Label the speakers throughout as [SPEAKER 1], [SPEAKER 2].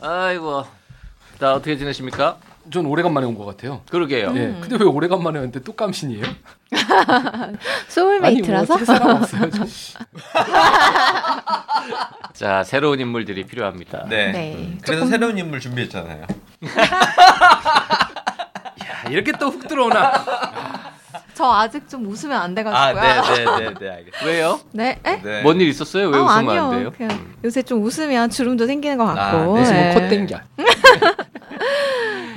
[SPEAKER 1] 아이고. 다 어떻게 지내십니까?
[SPEAKER 2] 전 오래간만에 온 것 같아요.
[SPEAKER 1] 그러게요.
[SPEAKER 2] 예. 근데 왜 오래간만에 왔는데 또 깜신이에요?
[SPEAKER 3] 소울메이트라서
[SPEAKER 2] 아니 뭐 어떻게 살아왔어요? 좀.
[SPEAKER 1] 자, 새로운 인물들이 필요합니다.
[SPEAKER 4] 네.
[SPEAKER 3] 네.
[SPEAKER 4] 그래서 새로운 인물 준비했잖아요.
[SPEAKER 2] 야, 아, 이렇게 또 훅 들어오나?
[SPEAKER 3] 저 아직 좀 웃으면 안
[SPEAKER 4] 아,
[SPEAKER 3] 돼가지고요.
[SPEAKER 4] 네, 네, 네, 네, 알겠습니다.
[SPEAKER 1] 왜요?
[SPEAKER 3] 네. 에?
[SPEAKER 4] 네.
[SPEAKER 1] 뭔 일 있었어요? 왜
[SPEAKER 3] 아,
[SPEAKER 1] 웃으면
[SPEAKER 3] 아니요.
[SPEAKER 1] 안 돼요?
[SPEAKER 3] 그냥 요새 좀 웃으면 주름도 생기는 것 같고.
[SPEAKER 4] 네.
[SPEAKER 2] 지금 뭐 콧 땡겨.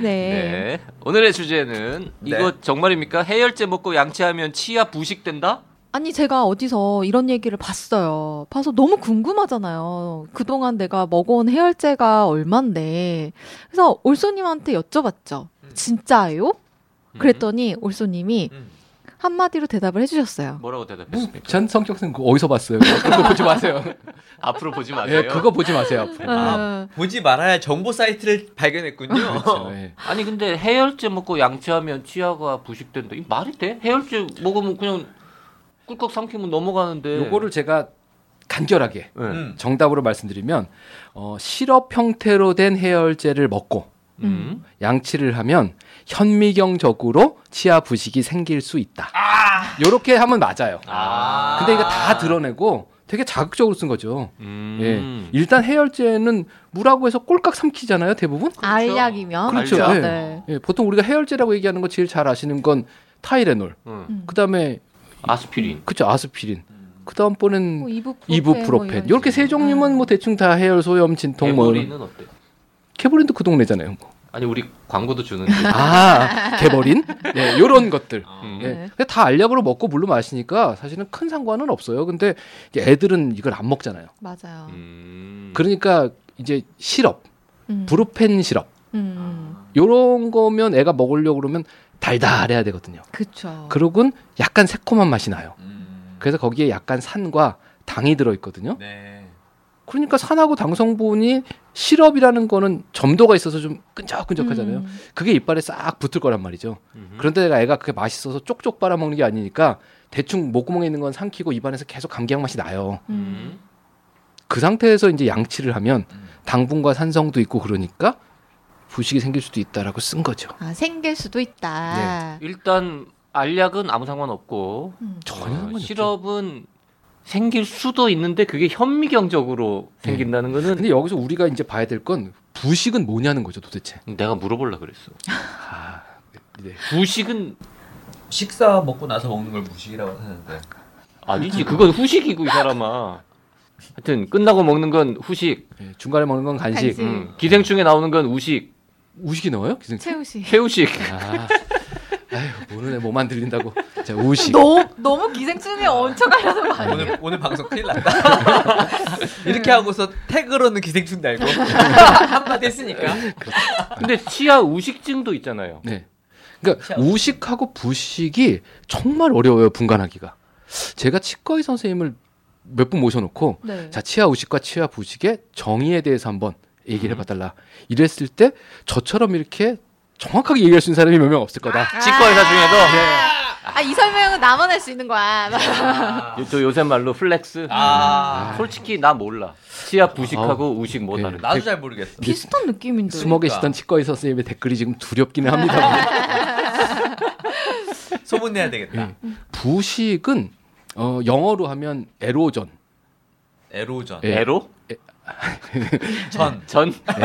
[SPEAKER 3] 네.
[SPEAKER 1] 네. 오늘의 주제는
[SPEAKER 4] 네.
[SPEAKER 1] 이거 정말입니까? 해열제 먹고 양치하면 치아 부식된다?
[SPEAKER 3] 아니 제가 어디서 이런 얘기를 봤어요. 봐서 너무 궁금하잖아요. 그동안 내가 먹어온 해열제가 얼만데. 그래서 올소님한테 여쭤봤죠. 진짜예요? 그랬더니 올소님이
[SPEAKER 4] 음.
[SPEAKER 3] 한마디로 대답을 해주셨어요.
[SPEAKER 1] 뭐라고 대답했습니까?
[SPEAKER 2] 전 성격상 그거 어디서 봤어요? 그거 보지 마세요.
[SPEAKER 1] 앞으로 보지 마세요.
[SPEAKER 2] 예, 그거 보지 마세요. 앞으로.
[SPEAKER 4] 아, 보지 말아야 정보 사이트를 발견했군요.
[SPEAKER 2] 그렇죠, 예.
[SPEAKER 1] 아니 근데 해열제 먹고 양치하면 치아가 부식된다. 이 말이 돼? 해열제 먹으면 그냥 꿀꺽 삼키면 넘어가는데.
[SPEAKER 2] 요거를 제가 간결하게
[SPEAKER 1] 네.
[SPEAKER 4] 음.
[SPEAKER 2] 정답으로 말씀드리면 어, 시럽 형태로 된 해열제를 먹고
[SPEAKER 1] 음.
[SPEAKER 2] 양치를 하면 현미경적으로 치아 부식이 생길 수 있다. 요렇게 하면 맞아요.
[SPEAKER 1] 아.
[SPEAKER 2] 근데 이거 다 드러내고 되게 자극적으로 쓴 거죠. 예. 일단 해열제는 무라고 해서 꼴깍 삼키잖아요, 대부분.
[SPEAKER 3] 알약이면
[SPEAKER 2] 그렇죠.
[SPEAKER 3] 맞죠?
[SPEAKER 2] 예.
[SPEAKER 3] 네.
[SPEAKER 2] 예, 보통 우리가 해열제라고 얘기하는 거 제일 잘 아시는 건 타이레놀.
[SPEAKER 1] 음.
[SPEAKER 3] 음.
[SPEAKER 2] 그다음에
[SPEAKER 1] 아스피린.
[SPEAKER 2] 그쵸 아스피린. 그다음번엔
[SPEAKER 3] 뭐 이부프로펜,
[SPEAKER 2] 이부프로펜.
[SPEAKER 3] 뭐
[SPEAKER 2] 요렇게 세 종류면 뭐 대충 다 해열, 소염, 진통 뭐 이런-
[SPEAKER 1] 개머리는 어때?
[SPEAKER 2] 캐버린도 그 동네잖아요. 뭐.
[SPEAKER 1] 아니 우리 광고도 주는데.
[SPEAKER 2] 아, 개버린? 예, 요런 것들.
[SPEAKER 4] 음.
[SPEAKER 2] 예.
[SPEAKER 3] 네.
[SPEAKER 2] 근데 다 알약으로 먹고 물로 마시니까 사실은 큰 상관은 없어요. 근데 이제 애들은 이걸 안 먹잖아요.
[SPEAKER 3] 맞아요.
[SPEAKER 1] 음.
[SPEAKER 2] 그러니까 이제 시럽,
[SPEAKER 3] 음.
[SPEAKER 2] 브루펜 시럽
[SPEAKER 3] 음.
[SPEAKER 2] 요런 거면 애가 먹으려고 그러면 달달해야 되거든요.
[SPEAKER 3] 그쵸.
[SPEAKER 2] 그러곤 약간 새콤한 맛이 나요.
[SPEAKER 4] 음.
[SPEAKER 2] 그래서 거기에 약간 산과 당이 들어있거든요.
[SPEAKER 4] 네.
[SPEAKER 2] 그러니까 산하고 당 성분이 시럽이라는 거는 점도가 있어서 좀 끈적끈적하잖아요.
[SPEAKER 3] 음.
[SPEAKER 2] 그게 이빨에 싹 붙을 거란 말이죠.
[SPEAKER 1] 음.
[SPEAKER 2] 그런데 애가, 애가 그게 맛있어서 쪽쪽 빨아먹는 게 아니니까 대충 목구멍에 있는 건 삼키고 입안에서 계속 감기약 맛이 나요.
[SPEAKER 3] 음.
[SPEAKER 2] 그 상태에서 이제 양치를 하면
[SPEAKER 4] 음.
[SPEAKER 2] 당분과 산성도 있고 그러니까 부식이 생길 수도 있다라고 쓴 거죠.
[SPEAKER 3] 아, 생길 수도 있다.
[SPEAKER 2] 네.
[SPEAKER 1] 일단 알약은 아무 상관 없고
[SPEAKER 3] 음.
[SPEAKER 2] 전혀
[SPEAKER 1] 어,
[SPEAKER 2] 상관없죠.
[SPEAKER 1] 시럽은 생길 수도 있는데 그게 현미경적으로
[SPEAKER 2] 네.
[SPEAKER 1] 생긴다는 거는
[SPEAKER 2] 근데 여기서 우리가 이제 봐야 될 건 부식은 뭐냐는 거죠, 도대체.
[SPEAKER 1] 내가 물어보려 그랬어.
[SPEAKER 2] 아, 네.
[SPEAKER 1] 부식은
[SPEAKER 4] 식사 먹고 나서 먹는 걸 무식이라고 하는데.
[SPEAKER 1] 아니지. 그건 후식이고 이 사람아. 하여튼 끝나고 먹는 건 후식.
[SPEAKER 2] 예, 중간에 먹는 건 간식.
[SPEAKER 3] 간식.
[SPEAKER 1] 음, 기생충에 나오는 건 우식.
[SPEAKER 2] 우식이 나와요? 기생.
[SPEAKER 3] 채우시.
[SPEAKER 1] 회우식.
[SPEAKER 2] 아, 아유 모르네 몸안 들린다고. 자 우식.
[SPEAKER 3] 너무 너무 기생충이 엄청 아. 가려서
[SPEAKER 4] 오늘 오늘 방송 큰일 났다. 이렇게 하고서 태그로는 기생충 달고 한마디 했으니까.
[SPEAKER 1] 근데 치아 우식증도 있잖아요.
[SPEAKER 2] 네. 그러니까 우식하고 부식이 정말 어려워요 분간하기가. 제가 치과의 선생님을 몇 분 모셔놓고
[SPEAKER 3] 네.
[SPEAKER 2] 자 치아 우식과 치아 부식의 정의에 대해서 한번 얘기를 해봐달라. 이랬을 때 저처럼 이렇게 정확하게 얘기할 수 있는 사람이 몇 명 없을 거다.
[SPEAKER 1] 치과 의사 중에도
[SPEAKER 2] 네.
[SPEAKER 3] 아, 이 설명은 나만 할 수 있는 거야.
[SPEAKER 1] 요- 저 예. 요새 말로 플렉스.
[SPEAKER 4] 아.
[SPEAKER 1] 솔직히 나 몰라. 치아 부식하고 우식 뭐
[SPEAKER 2] 네.
[SPEAKER 1] 다른.
[SPEAKER 4] 나도 잘 모르겠어.
[SPEAKER 3] 비슷한 느낌인데.
[SPEAKER 2] 숨어
[SPEAKER 4] 그러니까.
[SPEAKER 2] 계시던 치과의 선생님의 댓글이 지금 두렵기는 합니다.
[SPEAKER 4] 소문내야 되겠다.
[SPEAKER 2] 예. 부식은 어, 영어로 하면 에로전.
[SPEAKER 4] 에로전.
[SPEAKER 2] 예.
[SPEAKER 1] 에로?
[SPEAKER 4] 전.
[SPEAKER 1] 전?
[SPEAKER 2] 예,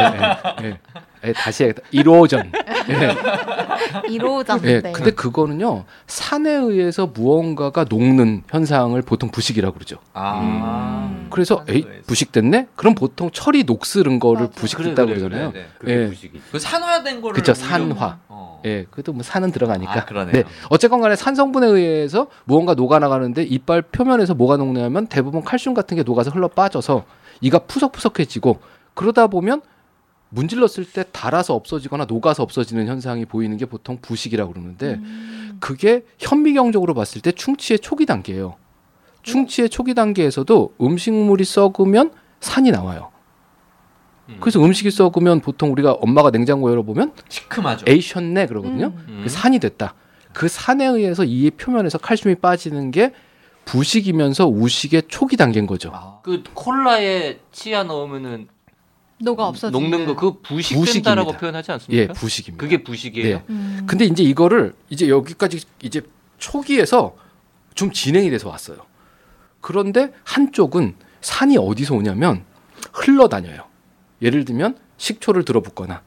[SPEAKER 2] 예, 예. 예, 다시 해야겠다. 1호전. 예,
[SPEAKER 3] 이로장
[SPEAKER 2] 예.
[SPEAKER 3] 때.
[SPEAKER 2] 근데 그거는요, 산에 의해서 무언가가 녹는 현상을 보통 부식이라고 그러죠.
[SPEAKER 4] 아.
[SPEAKER 1] 음.
[SPEAKER 2] 그래서,
[SPEAKER 4] 산에
[SPEAKER 2] 에이,
[SPEAKER 4] 의해서.
[SPEAKER 2] 부식됐네? 그럼 보통 철이 녹슬은 거를
[SPEAKER 3] 맞아.
[SPEAKER 2] 부식됐다고
[SPEAKER 1] 그래, 그래,
[SPEAKER 2] 그러잖아요.
[SPEAKER 4] 네, 네.
[SPEAKER 1] 그게
[SPEAKER 2] 예.
[SPEAKER 1] 부식이지.
[SPEAKER 4] 그 산화된 거를
[SPEAKER 2] 그쵸,
[SPEAKER 4] 오히려-
[SPEAKER 2] 산화.
[SPEAKER 4] 어.
[SPEAKER 2] 예, 그래도 뭐 산은 들어가니까.
[SPEAKER 4] 아, 그러네요.
[SPEAKER 2] 어쨌건 간에 산 성분에 의해서 무언가 녹아나가는데 이빨 표면에서 뭐가 녹냐면 대부분 칼슘 같은 게 녹아서 흘러 빠져서 이가 푸석푸석해지고 그러다 보면 문질렀을 때 달아서 없어지거나 녹아서 없어지는 현상이 보이는 게 보통 부식이라고 그러는데
[SPEAKER 3] 음.
[SPEAKER 2] 그게 현미경적으로 봤을 때 충치의 초기 단계예요. 충치의 초기 단계에서도 음식물이 썩으면 산이 나와요.
[SPEAKER 4] 음. 그렇죠.
[SPEAKER 2] 그래서 음식이 썩으면 보통 우리가 엄마가 냉장고 열어보면
[SPEAKER 4] 시큼하죠.
[SPEAKER 2] 에이션네 그러거든요.
[SPEAKER 3] 음.
[SPEAKER 2] 그 산이 됐다. 그 산에 의해서 이 표면에서 칼슘이 빠지는 게 부식이면서 우식의 초기 단계인 거죠.
[SPEAKER 4] 아.
[SPEAKER 1] 그 콜라에 치아 넣으면은
[SPEAKER 2] 음,
[SPEAKER 3] 녹아 없어지
[SPEAKER 1] 녹는 거 그 부식된다라고
[SPEAKER 2] 부식입니다.
[SPEAKER 1] 표현하지
[SPEAKER 2] 예,
[SPEAKER 1] 않습니까?
[SPEAKER 2] 부식입니다.
[SPEAKER 1] 그게 부식이에요.
[SPEAKER 2] 네.
[SPEAKER 3] 음.
[SPEAKER 2] 근데 이제 이거를 이제 여기까지 이제 초기에서 좀 진행이 돼서 왔어요. 그런데 한쪽은 산이 어디서 오냐면 흘러다녀요. 예를 들면 식초를 들어붓거나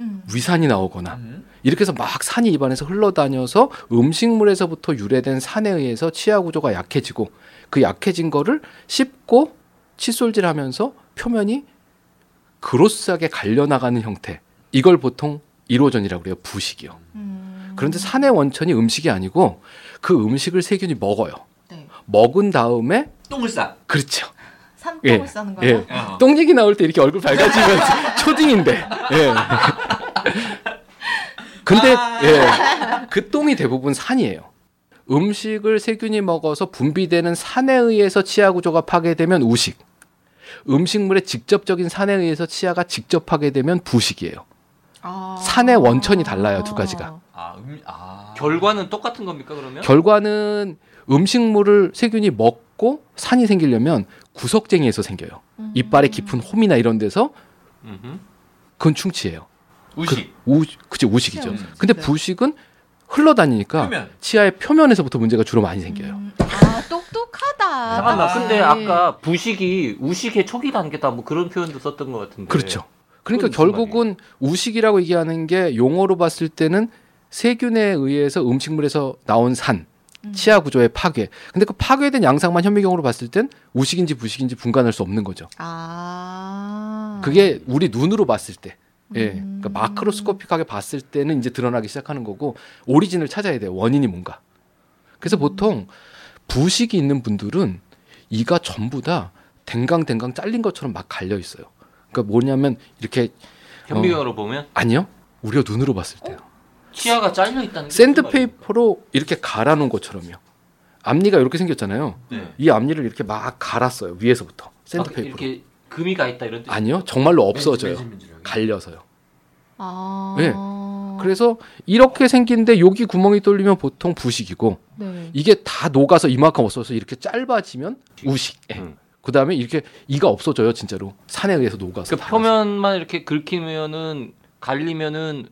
[SPEAKER 3] 음.
[SPEAKER 2] 위산이 나오거나
[SPEAKER 4] 음.
[SPEAKER 2] 이렇게 해서 막 산이 입안에서 흘러다녀서 음식물에서부터 유래된 산에 의해서 치아 구조가 약해지고 그 약해진 거를 씹고 칫솔질하면서 표면이 그로스하게 갈려나가는 형태. 이걸 보통 1호전이라고 그래요. 부식이요.
[SPEAKER 3] 음.
[SPEAKER 2] 그런데 산의 원천이 음식이 아니고 그 음식을 세균이 먹어요.
[SPEAKER 3] 네.
[SPEAKER 2] 먹은 다음에
[SPEAKER 4] 똥을 싸.
[SPEAKER 2] 그렇죠.
[SPEAKER 3] 산똥을
[SPEAKER 2] 예.
[SPEAKER 3] 싸는 거예요.
[SPEAKER 2] 예.
[SPEAKER 4] 어.
[SPEAKER 2] 똥 얘기 나올 때 이렇게 얼굴 밝아지면 초딩인데. 예. 근데
[SPEAKER 4] 아.
[SPEAKER 2] 예. 그 똥이 대부분 산이에요. 음식을 세균이 먹어서 분비되는 산에 의해서 치아 구조가 파괴되면 우식. 음식물의 직접적인 산에 의해서 치아가 직접 파괴되면 부식이에요.
[SPEAKER 3] 아.
[SPEAKER 2] 산의 원천이 달라요, 두 가지가.
[SPEAKER 4] 아, 음, 아.
[SPEAKER 1] 결과는 똑같은 겁니까 그러면?
[SPEAKER 2] 결과는 음식물을 세균이 먹고 산이 생기려면 구석쟁이에서 생겨요.
[SPEAKER 3] 음.
[SPEAKER 2] 이빨의 깊은 홈이나 이런 데서
[SPEAKER 1] 음흠.
[SPEAKER 2] 그건 충치예요.
[SPEAKER 4] 우식.
[SPEAKER 2] 그, 우, 그치 우식이죠.
[SPEAKER 4] 우식.
[SPEAKER 2] 근데
[SPEAKER 3] 네.
[SPEAKER 2] 부식은 흘러다니니까
[SPEAKER 4] 그러면
[SPEAKER 2] 치아의 표면에서부터 문제가 주로 많이 생겨요.
[SPEAKER 3] 음. 아 똑똑하다.
[SPEAKER 1] 잠깐만
[SPEAKER 3] 아,
[SPEAKER 1] 근데
[SPEAKER 3] 네.
[SPEAKER 1] 아까 부식이 우식의 초기 단계다 뭐 그런 표현도 썼던 것 같은데
[SPEAKER 2] 그렇죠. 그러니까
[SPEAKER 1] 음. 그건 무슨
[SPEAKER 2] 결국은 우식이라고 얘기하는 게 용어로 봤을 때는 세균에 의해서 음식물에서 나온 산,
[SPEAKER 3] 음.
[SPEAKER 2] 치아 구조의 파괴. 근데 그 파괴된 양상만 현미경으로 봤을 땐 우식인지 부식인지 분간할 수 없는 거죠.
[SPEAKER 3] 아.
[SPEAKER 2] 그게 우리 눈으로 봤을 때. 예.
[SPEAKER 3] 음.
[SPEAKER 2] 그러니까 마크로스코픽하게 봤을 때는 이제 드러나기 시작하는 거고 오리진을 찾아야 돼요. 원인이 뭔가. 그래서
[SPEAKER 1] 음.
[SPEAKER 2] 보통 부식이 있는 분들은 이가 전부 다 댕강댕강 잘린 것처럼 막 갈려 있어요. 그러니까 뭐냐면 이렇게
[SPEAKER 1] 현미경으로 보면
[SPEAKER 2] 아니요. 우리가 눈으로 봤을 때요.
[SPEAKER 1] 어? 치아가 잘려 있다는 게
[SPEAKER 2] 샌드페이퍼로 이렇게 갈아 놓은 것처럼요. 앞니가 이렇게 생겼잖아요.
[SPEAKER 4] 네.
[SPEAKER 2] 이 앞니를 이렇게 막 갈았어요. 위에서부터.
[SPEAKER 1] 아, 샌드페이퍼
[SPEAKER 2] 샌드페이퍼로.
[SPEAKER 1] 이렇게 네, 금이 가 있다 이런 뜻그
[SPEAKER 2] 아니요. 정말로 없어져요.
[SPEAKER 4] 맨질맨질하게.
[SPEAKER 2] 갈려서요.
[SPEAKER 3] 아.
[SPEAKER 2] 예. 그래서 이렇게 생긴데 여기 구멍이 뚫리면 보통 부식이고
[SPEAKER 3] 네.
[SPEAKER 2] 이게 다 녹아서 이만큼 없어서 이렇게 짧아지면 우식. 예.
[SPEAKER 1] 음.
[SPEAKER 2] 그다음에 이렇게 이가 없어져요 진짜로 산에 의해서 녹아서.
[SPEAKER 1] 그
[SPEAKER 2] 닳아서.
[SPEAKER 1] 표면만 이렇게 긁히면은 갈리면은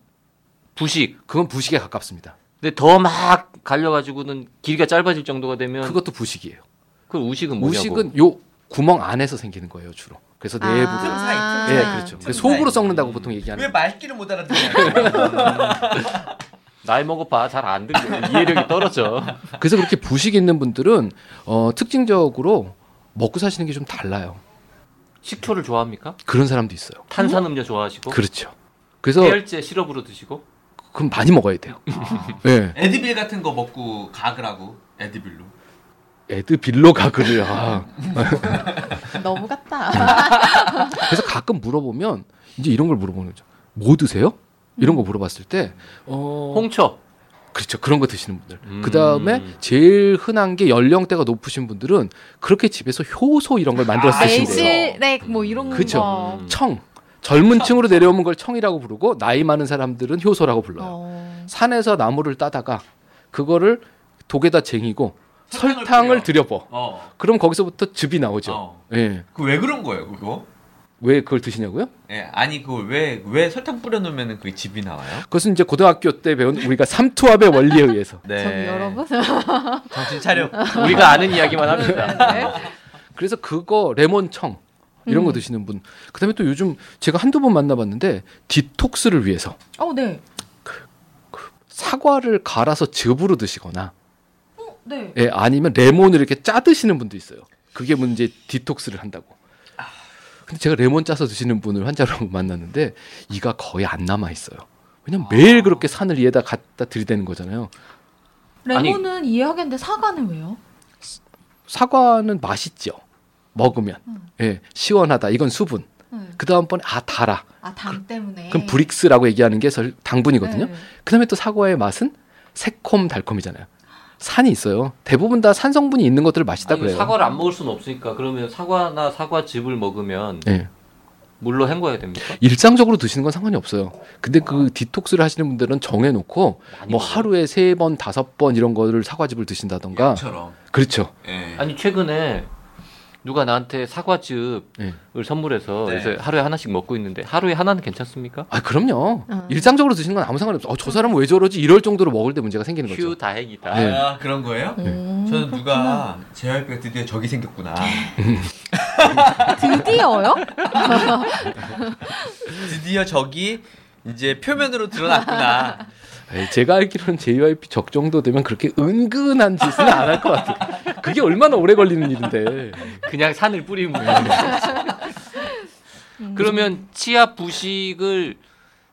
[SPEAKER 1] 부식
[SPEAKER 2] 그건 부식에 가깝습니다.
[SPEAKER 1] 근데 더 막 갈려가지고는 길이가 짧아질 정도가 되면 그
[SPEAKER 2] 그것도 부식이에요.
[SPEAKER 1] 우식은 뭐냐고
[SPEAKER 2] 우식은 요 구멍 안에서 생기는 거예요 주로. 그래서 내부로.
[SPEAKER 4] 아.
[SPEAKER 2] 예 그렇죠. 그래서 속으로 썩는다고 보통 얘기하는.
[SPEAKER 4] 왜
[SPEAKER 2] 거예요.
[SPEAKER 4] 말귀를 못 알아듣냐?
[SPEAKER 1] 나이 먹어봐 잘 안 들려 이해력이 떨어져
[SPEAKER 2] 그래서 그렇게 부식 있는 분들은 어, 특징적으로 먹고 사시는 게 좀 달라요.
[SPEAKER 1] 식초를 좋아합니까?
[SPEAKER 2] 그런 사람도 있어요.
[SPEAKER 1] 탄산음료 좋아하시고
[SPEAKER 2] 그렇죠. 그래서
[SPEAKER 1] 해열제 시럽으로 드시고
[SPEAKER 2] 그럼 많이 먹어야 돼요. 예.
[SPEAKER 4] 아. 에드빌 같은 거 먹고 가그라고 에드빌로.
[SPEAKER 2] 에드빌로 가글을 아.
[SPEAKER 3] 너무 같다.
[SPEAKER 2] 음, 그래서 가끔 물어보면 이제 이런 걸 물어보는 거죠. 뭐 드세요? 이런 거 물어봤을 때 어,
[SPEAKER 1] 홍초
[SPEAKER 2] 그렇죠. 그런 거 드시는 분들.
[SPEAKER 1] 음.
[SPEAKER 2] 그다음에 제일 흔한 게 연령대가 높으신 분들은 그렇게 집에서 효소 이런 걸 만들어
[SPEAKER 4] 아,
[SPEAKER 2] 쓰시대요.
[SPEAKER 3] 매실액 뭐 이런
[SPEAKER 2] 그쵸.
[SPEAKER 3] 거.
[SPEAKER 1] 음.
[SPEAKER 2] 청. 젊은 층으로 내려오는 걸 청이라고 부르고 나이 많은 사람들은 효소라고 불러요.
[SPEAKER 3] 어.
[SPEAKER 2] 산에서 나무를 따다가 그거를 독에다 쟁이고
[SPEAKER 4] 설탕을
[SPEAKER 2] 설탕을
[SPEAKER 4] 뿌려요.
[SPEAKER 2] 들여버.
[SPEAKER 4] 어.
[SPEAKER 2] 그럼 거기서부터 즙이 나오죠.
[SPEAKER 4] 어.
[SPEAKER 2] 예.
[SPEAKER 4] 그왜 그런 거예요, 그거?
[SPEAKER 2] 왜 그걸 드시냐고요?
[SPEAKER 4] 예, 아니 그걸 왜 왜 설탕 뿌려 놓으면 그게 집이 나와요?
[SPEAKER 2] 그것은 이제 고등학교 때 배운 우리가 삼투압의 원리에 의해서.
[SPEAKER 4] 네.
[SPEAKER 3] 저기 여러분.
[SPEAKER 4] 정신 차려.
[SPEAKER 1] 우리가 아는 그러니까. 이야기만 합니다
[SPEAKER 3] 네.
[SPEAKER 2] 그래서 그거 레몬청 이런 거
[SPEAKER 3] 음.
[SPEAKER 2] 드시는 분. 그다음에 또 요즘 제가 한두 번 만나봤는데 디톡스를 위해서
[SPEAKER 3] 어, 네.
[SPEAKER 2] 사과를 갈아서 즙으로 드시거나
[SPEAKER 3] 어, 네.
[SPEAKER 2] 예, 아니면 레몬을 이렇게 짜 드시는 분도 있어요. 그게 문제 디톡스를 한다고. 근데 제가 레몬 짜서 드시는 분을 환자로 만났는데 이가 거의 안 남아 있어요. 왜냐면 매일 그렇게 산을 이에다 갖다 들이대는 거잖아요.
[SPEAKER 3] 레몬은 이해하겠는데 사과는 왜요?
[SPEAKER 2] 사과는 맛있죠. 먹으면 예, 시원하다. 이건 수분. 그 다음번에 아 달아.
[SPEAKER 3] 네. 아당 때문에.
[SPEAKER 2] 그럼 브릭스라고 얘기하는 게 설- 당분이거든요.
[SPEAKER 3] 네.
[SPEAKER 2] 그다음에 또 사과의 맛은 새콤 달콤이잖아요. 산이 있어요. 대부분 다 산 성분이 있는 것들을 마시다
[SPEAKER 1] 아니,
[SPEAKER 2] 그래요.
[SPEAKER 1] 사과를 안 먹을 수는 없으니까 그러면 사과나 사과즙을 먹으면
[SPEAKER 2] 예.
[SPEAKER 1] 물로 헹궈야 됩니까?
[SPEAKER 2] 일상적으로 드시는 건 상관이 없어요. 근데
[SPEAKER 1] 아.
[SPEAKER 2] 그 디톡스를 하시는 분들은 정해놓고
[SPEAKER 1] 많이
[SPEAKER 2] 뭐
[SPEAKER 1] 먹어요.
[SPEAKER 2] 하루에 세 번, 다섯 번 이런 거를 사과즙을 드신다던가.
[SPEAKER 5] 처럼.
[SPEAKER 2] 그렇죠.
[SPEAKER 5] 예.
[SPEAKER 1] 아니 최근에 누가 나한테 사과즙을
[SPEAKER 2] 예.
[SPEAKER 1] 선물해서
[SPEAKER 5] 네.
[SPEAKER 1] 그래서 하루에 하나씩 먹고 있는데 하루에 하나는 괜찮습니까?
[SPEAKER 2] 아 그럼요.
[SPEAKER 3] 아.
[SPEAKER 2] 일상적으로 드시는 건 아무 상관이 없어. 요 저 사람은 왜 저러지? 이럴 정도로 먹을 때 문제가 생기는 거죠.
[SPEAKER 1] 휴 다행이다.
[SPEAKER 2] 네.
[SPEAKER 5] 아 그런 거예요?
[SPEAKER 3] 음,
[SPEAKER 5] 저는 누가 JYP가 드디어 적이 생겼구나.
[SPEAKER 3] 드디어요?
[SPEAKER 4] 드디어 저기 이제 표면으로 드러났구나.
[SPEAKER 2] 에이, 제가 알기로는 JYP 적 정도 되면 그렇게 은근한 짓은 안 할 것 같아요. 그게 얼마나 오래 걸리는 일인데.
[SPEAKER 1] 그냥 산을 뿌리는 거예요.
[SPEAKER 3] 음.
[SPEAKER 1] 그러면 치아 부식을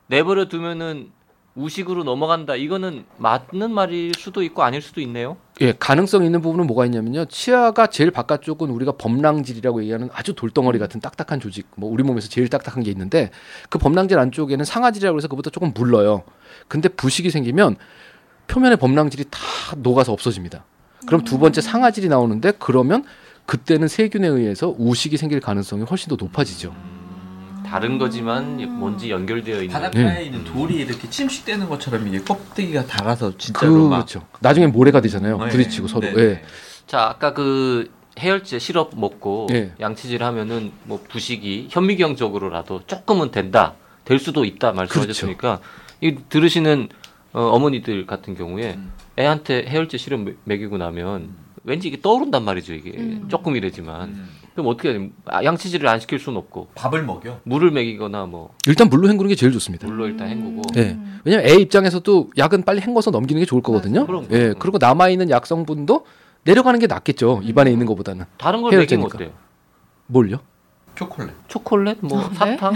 [SPEAKER 1] 내버려 두면은 우식으로 넘어간다. 이거는 맞는 말일 수도 있고 아닐 수도 있네요.
[SPEAKER 2] 예, 가능성 있는 부분은 뭐가 있냐면요. 치아가 제일 바깥쪽은 우리가 범랑질이라고 얘기하는 아주 돌덩어리 같은 딱딱한 조직, 뭐 우리 몸에서 제일 딱딱한 게 있는데 그 범랑질 안쪽에는 상아질이라고 해서 그보다 조금 물러요. 근데 부식이 생기면 표면의 범랑질이 다 녹아서 없어집니다. 그럼 두 번째 상아질이 나오는데 그러면 그때는 세균에 의해서 우식이 생길 가능성이 훨씬 더 높아지죠.
[SPEAKER 1] 다른 거지만 뭔지 연결되어
[SPEAKER 2] 네.
[SPEAKER 1] 있는.
[SPEAKER 2] 바닷가에
[SPEAKER 5] 있는 돌이 이렇게 침식되는 것처럼 이게 껍데기가 달아서
[SPEAKER 2] 그렇죠. 나중에 모래가 되잖아요.
[SPEAKER 5] 예.
[SPEAKER 2] 부딪히고 서로.
[SPEAKER 5] 네.
[SPEAKER 2] 예.
[SPEAKER 1] 자 아까 그 해열제 시럽 먹고
[SPEAKER 2] 예.
[SPEAKER 1] 양치질 하면은 뭐 부식이 현미경적으로라도 조금은 된다 될 수도 있다 말씀하셨으니까 이 들으시는 어, 머니들 같은 경우에
[SPEAKER 5] 음.
[SPEAKER 1] 애한테 해열제 시럽 매- 먹이고 나면 왠지 이게 떠오른단 말이죠 이게
[SPEAKER 3] 음.
[SPEAKER 1] 조금이래지만
[SPEAKER 5] 음.
[SPEAKER 1] 그럼 어떻게 해야 돼요? 아, 양치질을 안 시킬 수는 없고
[SPEAKER 5] 밥을 먹여.
[SPEAKER 1] 물을 먹이거나 뭐
[SPEAKER 2] 일단 물로 헹구는 게 제일 좋습니다.
[SPEAKER 3] 음.
[SPEAKER 1] 물로 일단 헹구고
[SPEAKER 2] 예. 왜냐면 애 입장에서도 약은 빨리 헹궈서 넘기는 게 좋을 거거든요.
[SPEAKER 1] 맞아요. 그럼요. 그렇죠.
[SPEAKER 2] 예. 그리고 남아 있는 약 성분도 내려가는 게
[SPEAKER 1] 음.
[SPEAKER 2] 낫겠죠. 입안에 있는 것보다는.
[SPEAKER 1] 다른 걸 먹이면
[SPEAKER 2] 해열제니까.
[SPEAKER 1] 어때요?
[SPEAKER 2] 뭘요?
[SPEAKER 5] 초콜릿.
[SPEAKER 1] 초콜릿 뭐
[SPEAKER 3] 네.
[SPEAKER 1] 사탕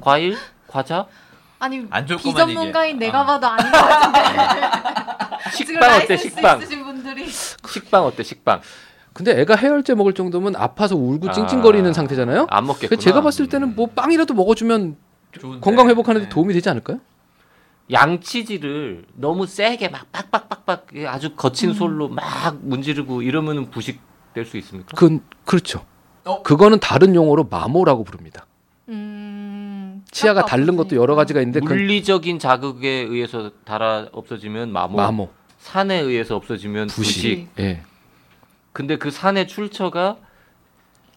[SPEAKER 1] 과일 과자
[SPEAKER 3] 아니
[SPEAKER 4] 안 좋을 것만
[SPEAKER 3] 비전문가인
[SPEAKER 4] 얘기해.
[SPEAKER 3] 내가
[SPEAKER 4] 아.
[SPEAKER 3] 봐도 아닌 것 같은데. 아, 지금
[SPEAKER 1] 식빵 어때
[SPEAKER 3] 라이센스
[SPEAKER 1] 식빵
[SPEAKER 3] 있으신 분들이
[SPEAKER 1] 식빵 어때 식빵
[SPEAKER 2] 근데 애가 해열제 먹을 정도면 아파서 울고 뭐 찡찡거리는
[SPEAKER 1] 아,
[SPEAKER 2] 상태잖아요. 그
[SPEAKER 1] 안 먹겠구나. 음,
[SPEAKER 2] 제가 봤을 때는 뭐 빵이라도 먹어주면
[SPEAKER 5] 좋은데.
[SPEAKER 2] 건강 회복하는
[SPEAKER 5] 네.
[SPEAKER 2] 데 도움이 되지 않을까요?
[SPEAKER 1] 어. 양치질을 너무 세게 막 빡빡빡빡 아주 거친
[SPEAKER 3] 음.
[SPEAKER 1] 솔로 막 문지르고 이러면은 부식 될 수 있습니까?
[SPEAKER 2] 그건 그렇죠.
[SPEAKER 5] 어?
[SPEAKER 2] 그거는 다른 용어로 마모라고 부릅니다.
[SPEAKER 3] 음,
[SPEAKER 2] 치아가 다른 것도 여러 가지가 있는데 그건
[SPEAKER 1] 물리적인 자극에 의해서 달아 없어지면 마모,
[SPEAKER 2] 마모,
[SPEAKER 1] 산에 의해서 없어지면 부식.
[SPEAKER 2] 부식. 예,
[SPEAKER 1] 근데 그 산의 출처가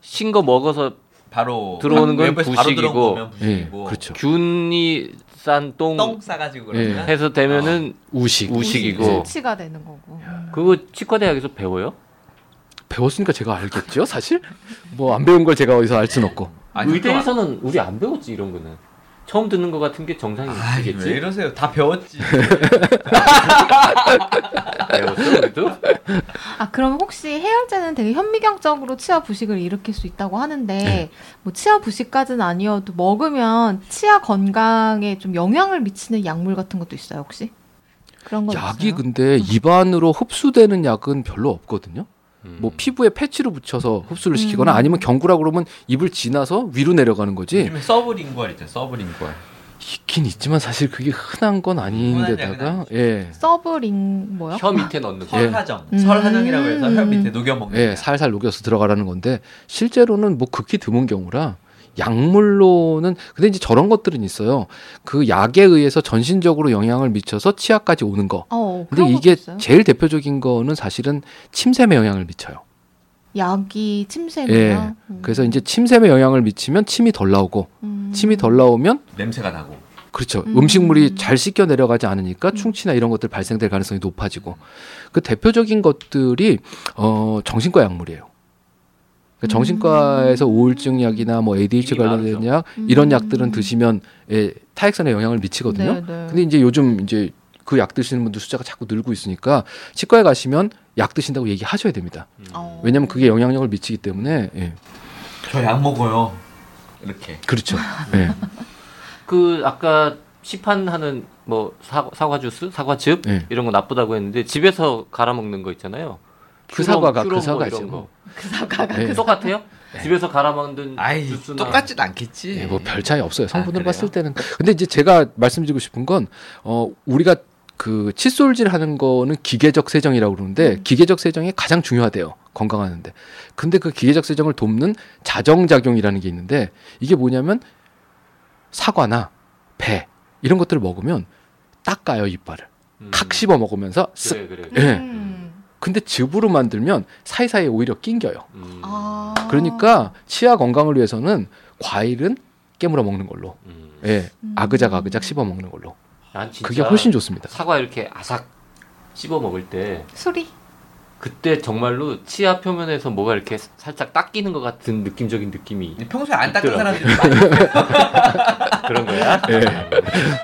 [SPEAKER 1] 신거 먹어서
[SPEAKER 5] 바로
[SPEAKER 1] 들어오는 건
[SPEAKER 5] 외부에서 바로 들어온
[SPEAKER 1] 부식이고.
[SPEAKER 5] 거면
[SPEAKER 2] 예,
[SPEAKER 5] 부식이고.
[SPEAKER 2] 그렇죠.
[SPEAKER 1] 균이 싼 똥
[SPEAKER 4] 똥 싸가지고
[SPEAKER 2] 예.
[SPEAKER 4] 그러면
[SPEAKER 1] 해서 되면은
[SPEAKER 2] 우식. 예.
[SPEAKER 1] 우식이고
[SPEAKER 3] 치가 되는 거고.
[SPEAKER 2] 아.
[SPEAKER 1] 그거 치과대학에서 배워요?
[SPEAKER 2] 배웠으니까 제가 알겠죠, 사실. 뭐 안 배운 걸 제가 어디서 알 순 없고.
[SPEAKER 5] 아니,
[SPEAKER 1] 의대에서는 우리 안 배웠지 이런 거는 처음 듣는 것 같은 게
[SPEAKER 4] 아이,
[SPEAKER 1] 정상이겠지?
[SPEAKER 4] 왜 이러세요? 다 배웠지.
[SPEAKER 1] 배웠어 그래도?
[SPEAKER 3] 아 그럼 혹시 해열제는 되게 현미경적으로 치아 부식을 일으킬 수 있다고 하는데
[SPEAKER 2] 네.
[SPEAKER 3] 뭐 치아 부식까지는 아니어도 먹으면 치아 건강에 좀 영향을 미치는 약물 같은 것도 있어요 혹시? 그런 건
[SPEAKER 2] 약이
[SPEAKER 3] 없어요? 음.
[SPEAKER 2] 근데 입안으로 흡수되는 약은 별로 없거든요.
[SPEAKER 1] 음.
[SPEAKER 2] 뭐 피부에 패치로 붙여서 흡수를 시키거나
[SPEAKER 3] 음.
[SPEAKER 2] 아니면 경구라 그러면 입을 지나서 위로 내려가는 거지.
[SPEAKER 4] 요즘에 서브링구알 있잖아. 서브링구알.
[SPEAKER 2] 있긴 있지만 사실 그게 흔한 건
[SPEAKER 4] 흔한
[SPEAKER 2] 아닌데다가 예.
[SPEAKER 3] 서브링 뭐요?
[SPEAKER 1] 혀 밑에 넣는 거.
[SPEAKER 2] 예.
[SPEAKER 4] 설하정.
[SPEAKER 3] 음.
[SPEAKER 4] 설하정이라고 해서 혀 밑에 녹여 먹는.
[SPEAKER 2] 예, 살살 녹여서 들어가라는 건데 실제로는 뭐 극히 드문 경우라 약물로는 근데 이제 저런 것들은 있어요. 그 약에 의해서 전신적으로 영향을 미쳐서 치아까지 오는 거.
[SPEAKER 3] 어, 그런
[SPEAKER 2] 근데
[SPEAKER 3] 것도
[SPEAKER 2] 이게
[SPEAKER 3] 있어요?
[SPEAKER 2] 제일 대표적인 거는 사실은 침샘에 영향을 미쳐요.
[SPEAKER 3] 약이 음. 침샘이요.
[SPEAKER 2] 예. 그래서 이제 침샘에 영향을 미치면 침이 덜 나오고
[SPEAKER 3] 음.
[SPEAKER 2] 침이 덜 나오면
[SPEAKER 5] 냄새가 나고.
[SPEAKER 2] 그렇죠.
[SPEAKER 3] 음.
[SPEAKER 2] 음. 식물이잘 씻겨 내려가지 않으니까
[SPEAKER 3] 음.
[SPEAKER 2] 충치나 이런 것들 발생될 가능성이 높아지고 그 대표적인 것들이 어 정신과 약물이에요. 그러니까
[SPEAKER 3] 음.
[SPEAKER 2] 정신과에서 우울증 약이나 뭐 ADHD
[SPEAKER 1] 이미
[SPEAKER 2] 관련된
[SPEAKER 1] 나오죠.
[SPEAKER 2] 약 이런
[SPEAKER 3] 음.
[SPEAKER 2] 약들은 드시면 예, 타액선에 영향을 미치거든요.
[SPEAKER 3] 네, 네.
[SPEAKER 2] 근데 이제 요즘 이제 그 약 드시는 분들 숫자가 자꾸 늘고 있으니까 치과에 가시면 약 드신다고 얘기하셔야 됩니다.
[SPEAKER 3] 어.
[SPEAKER 2] 왜냐하면 그게 영향력을 미치기 때문에 예.
[SPEAKER 5] 저 약 먹어요. 이렇게.
[SPEAKER 2] 그렇죠. 예.
[SPEAKER 1] 그 아까 시판하는 뭐 사, 사과 주스, 사과 즙
[SPEAKER 2] 예.
[SPEAKER 1] 이런 거 나쁘다고 했는데 집에서 갈아 먹는 거 있잖아요.
[SPEAKER 2] 그
[SPEAKER 1] 큐럼,
[SPEAKER 2] 사과가
[SPEAKER 1] 큐럼
[SPEAKER 2] 그
[SPEAKER 1] 뭐
[SPEAKER 2] 사과죠.
[SPEAKER 1] 이런 거.
[SPEAKER 3] 그 사과가
[SPEAKER 2] 네.
[SPEAKER 3] 그 사과.
[SPEAKER 1] 똑같아요? 집에서 갈아 만든
[SPEAKER 5] 아이
[SPEAKER 1] 주스나
[SPEAKER 5] 똑같진 않겠지.
[SPEAKER 2] 예, 뭐별 차이 없어요. 성분으로
[SPEAKER 5] 그래요?
[SPEAKER 2] 봤을 때는. 근데 이제 제가 말씀드리고 싶은 건, 어, 우리가 그 칫솔질 하는 거는 기계적 세정이라고 그러는데, 기계적 세정이 가장 중요하대요. 건강하는데. 근데 그 기계적 세정을 돕는 자정작용이라는 게 있는데, 이게 뭐냐면, 사과나 배, 이런 것들을 먹으면 닦아요, 이빨을.
[SPEAKER 1] 음. 네.
[SPEAKER 2] 칵 씹어 먹으면서 쓱.
[SPEAKER 1] 그래 그래.
[SPEAKER 2] 예.
[SPEAKER 3] 음.
[SPEAKER 2] 근데 즙으로 만들면 사이사이에 오히려 낑겨요.
[SPEAKER 1] 음.
[SPEAKER 3] 아.
[SPEAKER 2] 그러니까 치아 건강을 위해서는 과일은 깨물어 먹는 걸로.
[SPEAKER 1] 음.
[SPEAKER 2] 예.
[SPEAKER 3] 음.
[SPEAKER 2] 아그작 아그작 씹어 먹는 걸로.
[SPEAKER 1] 난 진짜
[SPEAKER 2] 그게 훨씬 좋습니다.
[SPEAKER 1] 사과 이렇게 아삭 씹어 먹을 때
[SPEAKER 3] 소리.
[SPEAKER 1] 그때 정말로 치아 표면에서 뭐가 이렇게 살짝 닦이는 것 같은 느낌적인 느낌이
[SPEAKER 4] 평소에 안 닦은
[SPEAKER 1] 있더라고요.
[SPEAKER 4] 사람들이 많아.
[SPEAKER 1] 그런 거야.
[SPEAKER 2] 예.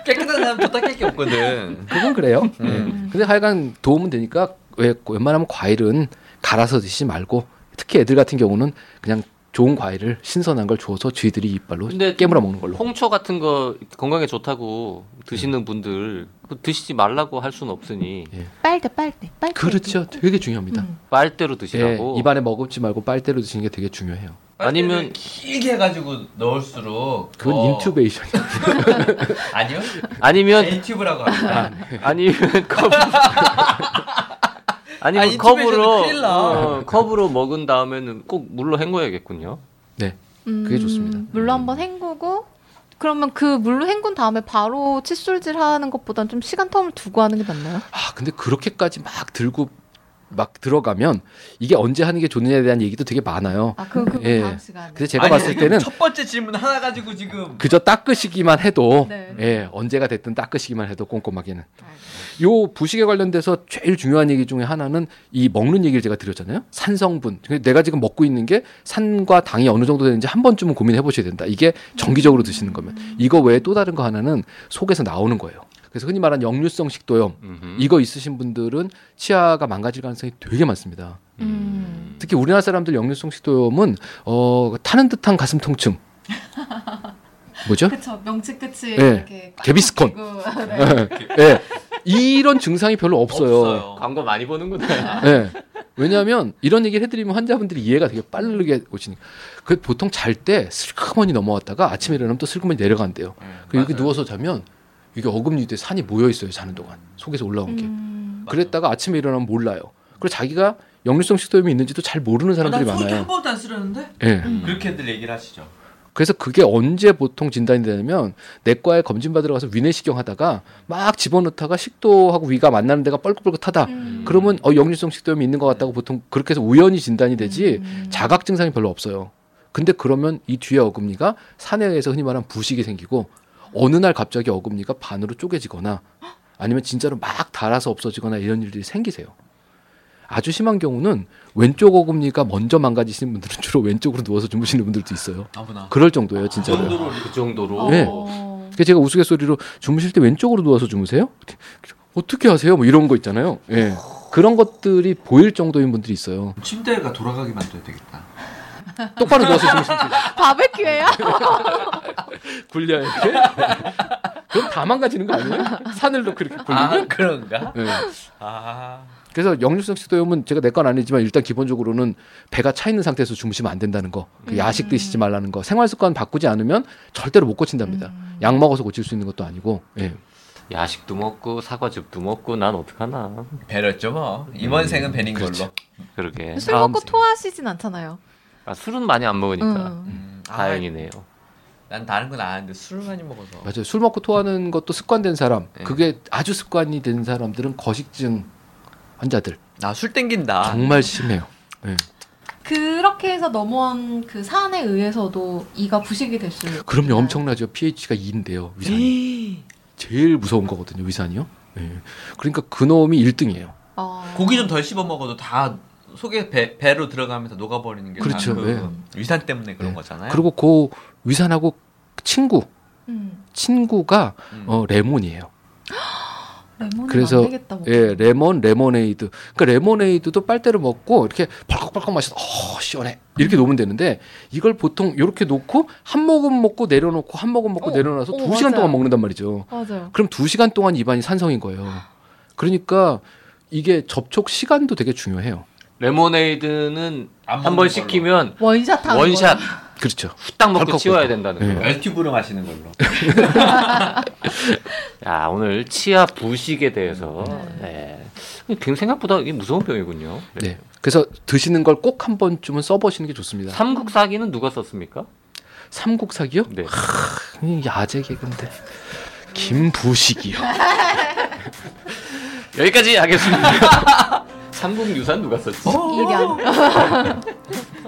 [SPEAKER 4] 깨끗한 사람도 닦일 게 없거든.
[SPEAKER 2] 그건 그래요. 예.
[SPEAKER 4] 음.
[SPEAKER 2] 근데 하여간 도움은 되니까 왜 웬만하면 과일은 갈아서 드시지 말고 특히 애들 같은 경우는 그냥 좋은 과일을 신선한 걸 주어서 쥐들이 이빨로
[SPEAKER 1] 근데
[SPEAKER 2] 깨물어 먹는 걸로.
[SPEAKER 1] 홍초 같은 거 건강에 좋다고 드시는 분들 그거 드시지 말라고 할 수는 없으니
[SPEAKER 3] 빨대 빨대 빨대.
[SPEAKER 2] 그렇죠. 되게 중요합니다.
[SPEAKER 3] 음.
[SPEAKER 1] 빨대로
[SPEAKER 2] 예,
[SPEAKER 1] 드시라고.
[SPEAKER 2] 입안에 머금지 말고 빨대로 드시는 게 되게 중요해요.
[SPEAKER 1] 아니면-
[SPEAKER 4] 길게 해가지고 넣을수록
[SPEAKER 2] 그건
[SPEAKER 4] 어,
[SPEAKER 2] 인투베이션이
[SPEAKER 4] 아니요?
[SPEAKER 1] 아니면
[SPEAKER 4] 인튜브라고 합니다.
[SPEAKER 1] 아니면 컵 아니면
[SPEAKER 4] 아니,
[SPEAKER 1] 컵으로
[SPEAKER 4] 인터뷰에서는 큰일 나.
[SPEAKER 1] 어, 컵으로 먹은 다음에는 꼭 물로 헹궈야겠군요.
[SPEAKER 3] 음,
[SPEAKER 2] 그게 좋습니다.
[SPEAKER 3] 물로 한번 헹구고 그러면 그 물로 헹군 다음에 바로 칫솔질 하는 것보단 좀 시간 텀을 두고 하는 게 낫나요?
[SPEAKER 2] 아 근데 그렇게까지 막 들고 막 들어가면 이게 언제 하는 게 좋느냐에 대한 얘기도 되게 많아요.
[SPEAKER 3] 아, 그, 그
[SPEAKER 2] 예.
[SPEAKER 3] 다음 시간에.
[SPEAKER 2] 근데 제가
[SPEAKER 4] 아니,
[SPEAKER 2] 봤을
[SPEAKER 4] 지금
[SPEAKER 2] 때는
[SPEAKER 4] 첫 번째 질문 하나 가지고 지금
[SPEAKER 2] 그저 닦으시기만 해도
[SPEAKER 3] 네.
[SPEAKER 2] 예 언제가 됐든 닦으시기만 해도 꼼꼼하게는
[SPEAKER 3] 알겠습니다.
[SPEAKER 2] 요 부식에 관련돼서 제일 중요한 얘기 중에 하나는 이 먹는 얘기를 제가 드렸잖아요 산성분 근데 내가 지금 먹고 있는 게 산과 당이 어느 정도 되는지 한 번쯤은 고민해 보셔야 된다 이게 정기적으로 드시는 거면 이거 외에 또 다른 거 하나는 속에서 나오는 거예요 그래서 흔히 말하는 역류성 식도염
[SPEAKER 1] 음흠.
[SPEAKER 2] 이거 있으신 분들은 치아가 망가질 가능성이 되게 많습니다
[SPEAKER 3] 음.
[SPEAKER 2] 특히 우리나라 사람들 역류성 식도염은 어 타는 듯한 가슴 통증 뭐죠?
[SPEAKER 3] 그쵸 명치 끝이
[SPEAKER 2] 음. 예.
[SPEAKER 3] 이렇게 꽉
[SPEAKER 2] 개비스콘.
[SPEAKER 3] 꺾이고, 네.
[SPEAKER 2] 예. 이런 증상이 별로 없어요.
[SPEAKER 1] 광고 많이 보는구나.
[SPEAKER 2] 예. 왜냐하면 이런 얘기를 해드리면 환자분들이 이해가 되게 빠르게 오시니까. 그 보통 잘 때 슬그머니 넘어왔다가 아침에 일어나면 또 슬그머니 내려간대요. 그 여기 누워서 자면 이게 어금니에 산이 모여 있어요. 자는 동안 속에서 올라온 게.
[SPEAKER 3] 음.
[SPEAKER 2] 그랬다가 아침에 일어나면 몰라요. 그리고 자기가 역류성 식도염이 있는지도 잘 모르는 사람들이 많아요.
[SPEAKER 4] 한 번도 안 쓰려는데?
[SPEAKER 2] 예.
[SPEAKER 4] 그렇게들 얘기를 하시죠.
[SPEAKER 2] 그래서 그게 언제 보통 진단이 되냐면 내과에 검진 받으러 가서 위내시경 하다가 막 집어넣다가 식도하고 위가 만나는 데가 뻘긋뻘긋하다.
[SPEAKER 3] 음.
[SPEAKER 2] 그러면 어 역류성 식도염이 있는 것 같다고 보통 그렇게 해서 우연히 진단이 되지
[SPEAKER 3] 음.
[SPEAKER 2] 자각 증상이 별로 없어요. 근데 그러면 이 뒤에 어금니가 산에 의해서 흔히 말하는 부식이 생기고 어느 날 갑자기 어금니가 반으로 쪼개지거나 아니면 진짜로 막 닳아서 없어지거나 이런 일들이 생기세요. 아주 심한 경우는 왼쪽 어금니가 먼저 망가지시는 분들은 주로 왼쪽으로 누워서 주무시는 분들도 있어요.
[SPEAKER 4] 아무나.
[SPEAKER 2] 그럴 정도예요,
[SPEAKER 1] 그
[SPEAKER 2] 진짜로.
[SPEAKER 1] 정도로 그 정도로.
[SPEAKER 2] 예.
[SPEAKER 3] 어.
[SPEAKER 2] 그러니까 제가 우스갯소리로 주무실 때 왼쪽으로 누워서 주무세요? 어떻게 하세요? 뭐 이런 거 있잖아요. 예. 그런 것들이 보일 정도인 분들이 있어요.
[SPEAKER 5] 침대가 돌아가게 만들어야 되겠다.
[SPEAKER 2] 똑바로 누워서 주무시면
[SPEAKER 3] 바베큐예요?
[SPEAKER 2] 굴려요. 이렇게? 그럼 다 망가지는 거 아니에요? 산을 놓고 이렇게 굴리면?
[SPEAKER 4] 아 그런가?
[SPEAKER 2] 예.
[SPEAKER 4] 아
[SPEAKER 2] 그래서 역류성 식도염은 제가 내 건 아니지만 일단 기본적으로는 배가 차 있는 상태에서 주무시면 안 된다는 거, 그 야식 드시지 말라는 거, 생활 습관 바꾸지 않으면 절대로 못 고친답니다. 약 먹어서 고칠 수 있는 것도 아니고. 예.
[SPEAKER 1] 야식도 먹고 사과즙도 먹고 난 어떡하나.
[SPEAKER 4] 배렸죠 뭐.
[SPEAKER 2] 음,
[SPEAKER 4] 이번 생은 배인
[SPEAKER 2] 그렇죠.
[SPEAKER 4] 걸로.
[SPEAKER 2] 네.
[SPEAKER 1] 그러게.
[SPEAKER 3] 술
[SPEAKER 1] 다음
[SPEAKER 3] 먹고
[SPEAKER 1] 생-
[SPEAKER 3] 토하시진 않잖아요.
[SPEAKER 1] 아, 술은 많이 안
[SPEAKER 2] 그러니까.
[SPEAKER 1] 먹으니까
[SPEAKER 3] 음.
[SPEAKER 4] 음, 아,
[SPEAKER 1] 다행이네요.
[SPEAKER 4] 난 다른 건 아는데 술을 많이 먹어서.
[SPEAKER 2] 맞아요. 술 먹고 토하는 것도 습관된 사람,
[SPEAKER 4] 예.
[SPEAKER 2] 그게 아주 습관이 된 사람들은 거식증 환자들
[SPEAKER 4] 나 술 땡긴다.
[SPEAKER 2] 정말 심해요. 예.
[SPEAKER 3] 그렇게 해서 넘어온 그 산에 의해서도 이가 부식이 될 수. 있나요?
[SPEAKER 2] 그럼요, 엄청나죠. pH가 2인데요,
[SPEAKER 4] 예.
[SPEAKER 2] 위산이. 제일 무서운 거거든요, 위산이요. 예. 그러니까 그놈이 1등이에요.
[SPEAKER 3] 어.
[SPEAKER 4] 고기 좀 덜 씹어 먹어도 다 속에 배, 배로 들어가면서 녹아버리는 게
[SPEAKER 2] 그렇죠,
[SPEAKER 4] 다 그 위산 때문에 그런
[SPEAKER 2] 네.
[SPEAKER 4] 거잖아요.
[SPEAKER 2] 그리고 그 위산하고 친구,
[SPEAKER 3] 음.
[SPEAKER 2] 친구가
[SPEAKER 4] 음.
[SPEAKER 2] 어, 레몬이에요.
[SPEAKER 3] 레몬은
[SPEAKER 2] 그래서-
[SPEAKER 3] 안 되겠다. 뭐.
[SPEAKER 2] 예, 레몬, 레모네이드. 그러니까 레모네이드도 빨대로 먹고 이렇게 벌컥벌컥 마셔서 어, 시원해. 이렇게 놓으면 되는데 이걸 보통 이렇게 놓고 한 모금 먹고 내려놓고 한 모금 먹고
[SPEAKER 3] 어,
[SPEAKER 2] 내려놔서
[SPEAKER 3] 어,
[SPEAKER 2] 두 시간
[SPEAKER 3] 맞아요.
[SPEAKER 2] 동안 먹는단 말이죠.
[SPEAKER 3] 맞아요.
[SPEAKER 2] 그럼 두 시간 동안 입안이 산성인 거예요. 그러니까 이게 접촉 시간도 되게 중요해요.
[SPEAKER 1] 레모네이드는
[SPEAKER 5] 안
[SPEAKER 1] 한
[SPEAKER 5] 먹는
[SPEAKER 1] 번
[SPEAKER 5] 걸로.
[SPEAKER 1] 시키면
[SPEAKER 3] 원샷 하는
[SPEAKER 1] 원샷
[SPEAKER 2] 그렇죠.
[SPEAKER 1] 후딱 먹고
[SPEAKER 2] 덜컥 네.
[SPEAKER 1] 치워야 된다는 거예요.
[SPEAKER 5] 엘튜브로 마시는 걸로.
[SPEAKER 1] 야 오늘 치아 부식에 대해서 네. 굉장히 생각보다 이게 무서운 병이군요.
[SPEAKER 2] 네. 그래서 드시는 걸 꼭 한 번쯤은 써보시는 게 좋습니다.
[SPEAKER 1] 삼국사기는 누가 썼습니까?
[SPEAKER 2] 삼국사기요?
[SPEAKER 1] 네.
[SPEAKER 2] 이 야재 개그인데. 김부식이요.
[SPEAKER 1] 여기까지 하겠습니다. 삼국유산 누가 썼지?
[SPEAKER 3] 거. 이련.